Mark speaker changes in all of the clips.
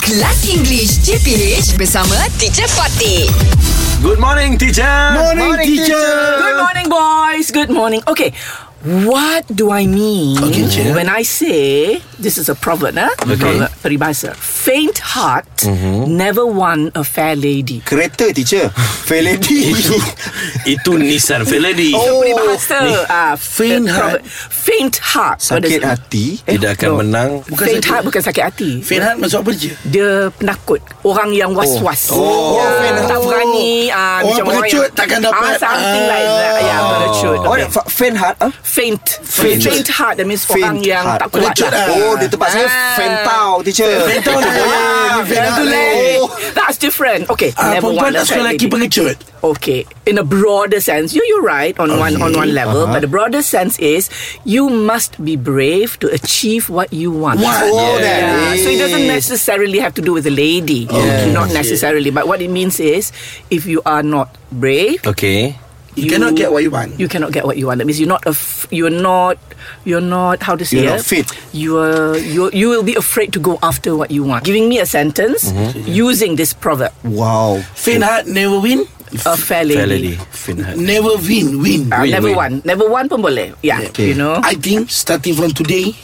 Speaker 1: Kelas English CPH bersama Teacher Fatih.
Speaker 2: Good morning, teacher.
Speaker 3: Morning, Morning, teacher. teacher.
Speaker 4: Good morning, boys. Good morning. Okay. What do I mean
Speaker 2: Okay, Jen.
Speaker 4: when I say this is a proverb, huh? Proverb, peribahasa. Faint heart
Speaker 2: Mm-hmm.
Speaker 4: never won a fair lady.
Speaker 3: Kereta teacher Fair lady
Speaker 2: Itu Nissan Felady.
Speaker 3: Oh.
Speaker 4: Peribahasa. ah,
Speaker 2: faint
Speaker 4: eh,
Speaker 2: heart.
Speaker 4: proverb. Faint heart. What
Speaker 3: Sakit
Speaker 4: does it mean? Eh,
Speaker 3: hati
Speaker 2: Tidak akan
Speaker 4: No.
Speaker 2: menang.
Speaker 4: faint heart bukan sakit hati.
Speaker 2: Faint heart masuk apa je?
Speaker 4: Dia penakut Orang yang was-was
Speaker 3: Oh. Oh,
Speaker 4: Ya,
Speaker 3: faint heart.
Speaker 4: Tak berani ah,
Speaker 2: Orang
Speaker 4: macam
Speaker 2: pengecut takkan dapat.
Speaker 4: ah, Something
Speaker 2: Ah.
Speaker 4: like that Ya pengecut
Speaker 3: Oh,
Speaker 4: okay.
Speaker 3: fa- fan heart ah?
Speaker 4: Faint
Speaker 3: Faint.
Speaker 4: Faint heart That means orang
Speaker 3: Faint
Speaker 4: yang
Speaker 3: heart.
Speaker 4: tak kuat
Speaker 2: Pengecut
Speaker 4: lah.
Speaker 2: lah.
Speaker 3: Oh, di tempat saya
Speaker 4: Ah.
Speaker 3: Fentau teacher
Speaker 2: Fentau dia boleh.
Speaker 3: Ah,
Speaker 2: Fan
Speaker 4: Yang
Speaker 2: heart
Speaker 4: tu
Speaker 2: lah.
Speaker 4: lain.
Speaker 2: Oh.
Speaker 4: That's different Okay
Speaker 2: Ah,
Speaker 4: Never
Speaker 2: perempuan
Speaker 4: want
Speaker 2: tak
Speaker 4: a
Speaker 2: suka
Speaker 4: fat
Speaker 2: lelaki
Speaker 4: lady.
Speaker 2: pengecut.
Speaker 4: Okay In a broader sense You you're right On one on one level
Speaker 3: uh-huh.
Speaker 4: But the broader sense is You must be brave To achieve what you want
Speaker 2: What?
Speaker 3: Oh, that
Speaker 4: Yeah, so it doesn't
Speaker 3: is.
Speaker 4: necessarily have to do with a lady.
Speaker 2: Okay.
Speaker 4: Not
Speaker 2: Okay.
Speaker 4: necessarily, but what it means is if you are not brave,
Speaker 2: Okay. You cannot get what you want.
Speaker 4: You cannot get what you want. That means you're not a f- you're not you're not how to say
Speaker 3: You're
Speaker 4: it?
Speaker 3: not fit.
Speaker 4: You are you you will be afraid to go after what you want. Giving me a sentence
Speaker 3: Mm-hmm.
Speaker 4: using this proverb.
Speaker 3: Wow
Speaker 5: Faint heart never win
Speaker 4: A
Speaker 5: Uh,
Speaker 4: fair lady.
Speaker 2: Felady. Faint heart.
Speaker 5: Never win Win
Speaker 4: Ah,
Speaker 2: Win,
Speaker 4: never
Speaker 2: win.
Speaker 4: one. Never one pun boleh. Yeah,
Speaker 3: Okay.
Speaker 4: you know. Hmm.
Speaker 5: I think starting from today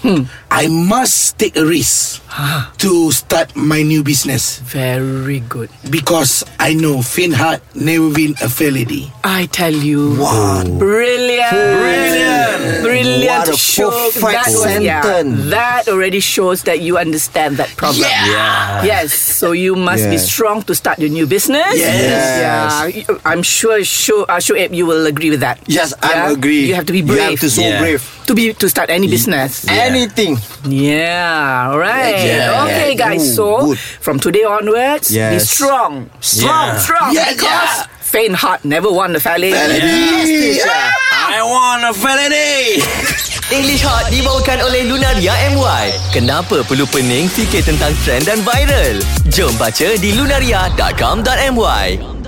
Speaker 5: I must take a risk
Speaker 4: Ah.
Speaker 5: To start my new business
Speaker 4: Very good.
Speaker 5: Because I know faint heart never win a fair lady
Speaker 4: I tell you.
Speaker 3: Wow
Speaker 4: Brilliant. Brilliant. Brilliant.
Speaker 3: What a
Speaker 4: Show-
Speaker 3: perfect sentence.
Speaker 4: Yeah, that already shows that you understand that problem.
Speaker 2: Yeah.
Speaker 4: Yes, so you must be
Speaker 3: Yes.
Speaker 4: strong to start your new business.
Speaker 5: Yes.
Speaker 4: Yeah, I'm sure, sure, uh, sure, Abe, you will agree with that.
Speaker 3: Yes, I
Speaker 4: Yeah?
Speaker 3: agree
Speaker 4: You have to be brave
Speaker 3: You have to so
Speaker 2: Yeah.
Speaker 3: brave
Speaker 4: to be to start any business.
Speaker 3: Anything
Speaker 4: Yeah, all right.
Speaker 2: Yeah.
Speaker 4: Okay, guys.
Speaker 3: Ooh,
Speaker 4: so
Speaker 3: good.
Speaker 4: from today onwards, be
Speaker 3: Yes.
Speaker 4: strong, strong,
Speaker 2: Yeah.
Speaker 4: strong.
Speaker 5: Yeah,
Speaker 4: because faint heart never won the valley.
Speaker 2: Ah. I want a Felady.
Speaker 6: English Hot dibawakan oleh Lunaria MY. Kenapa perlu pening fikir tentang trend dan viral? Jom baca di lunaria.com.my.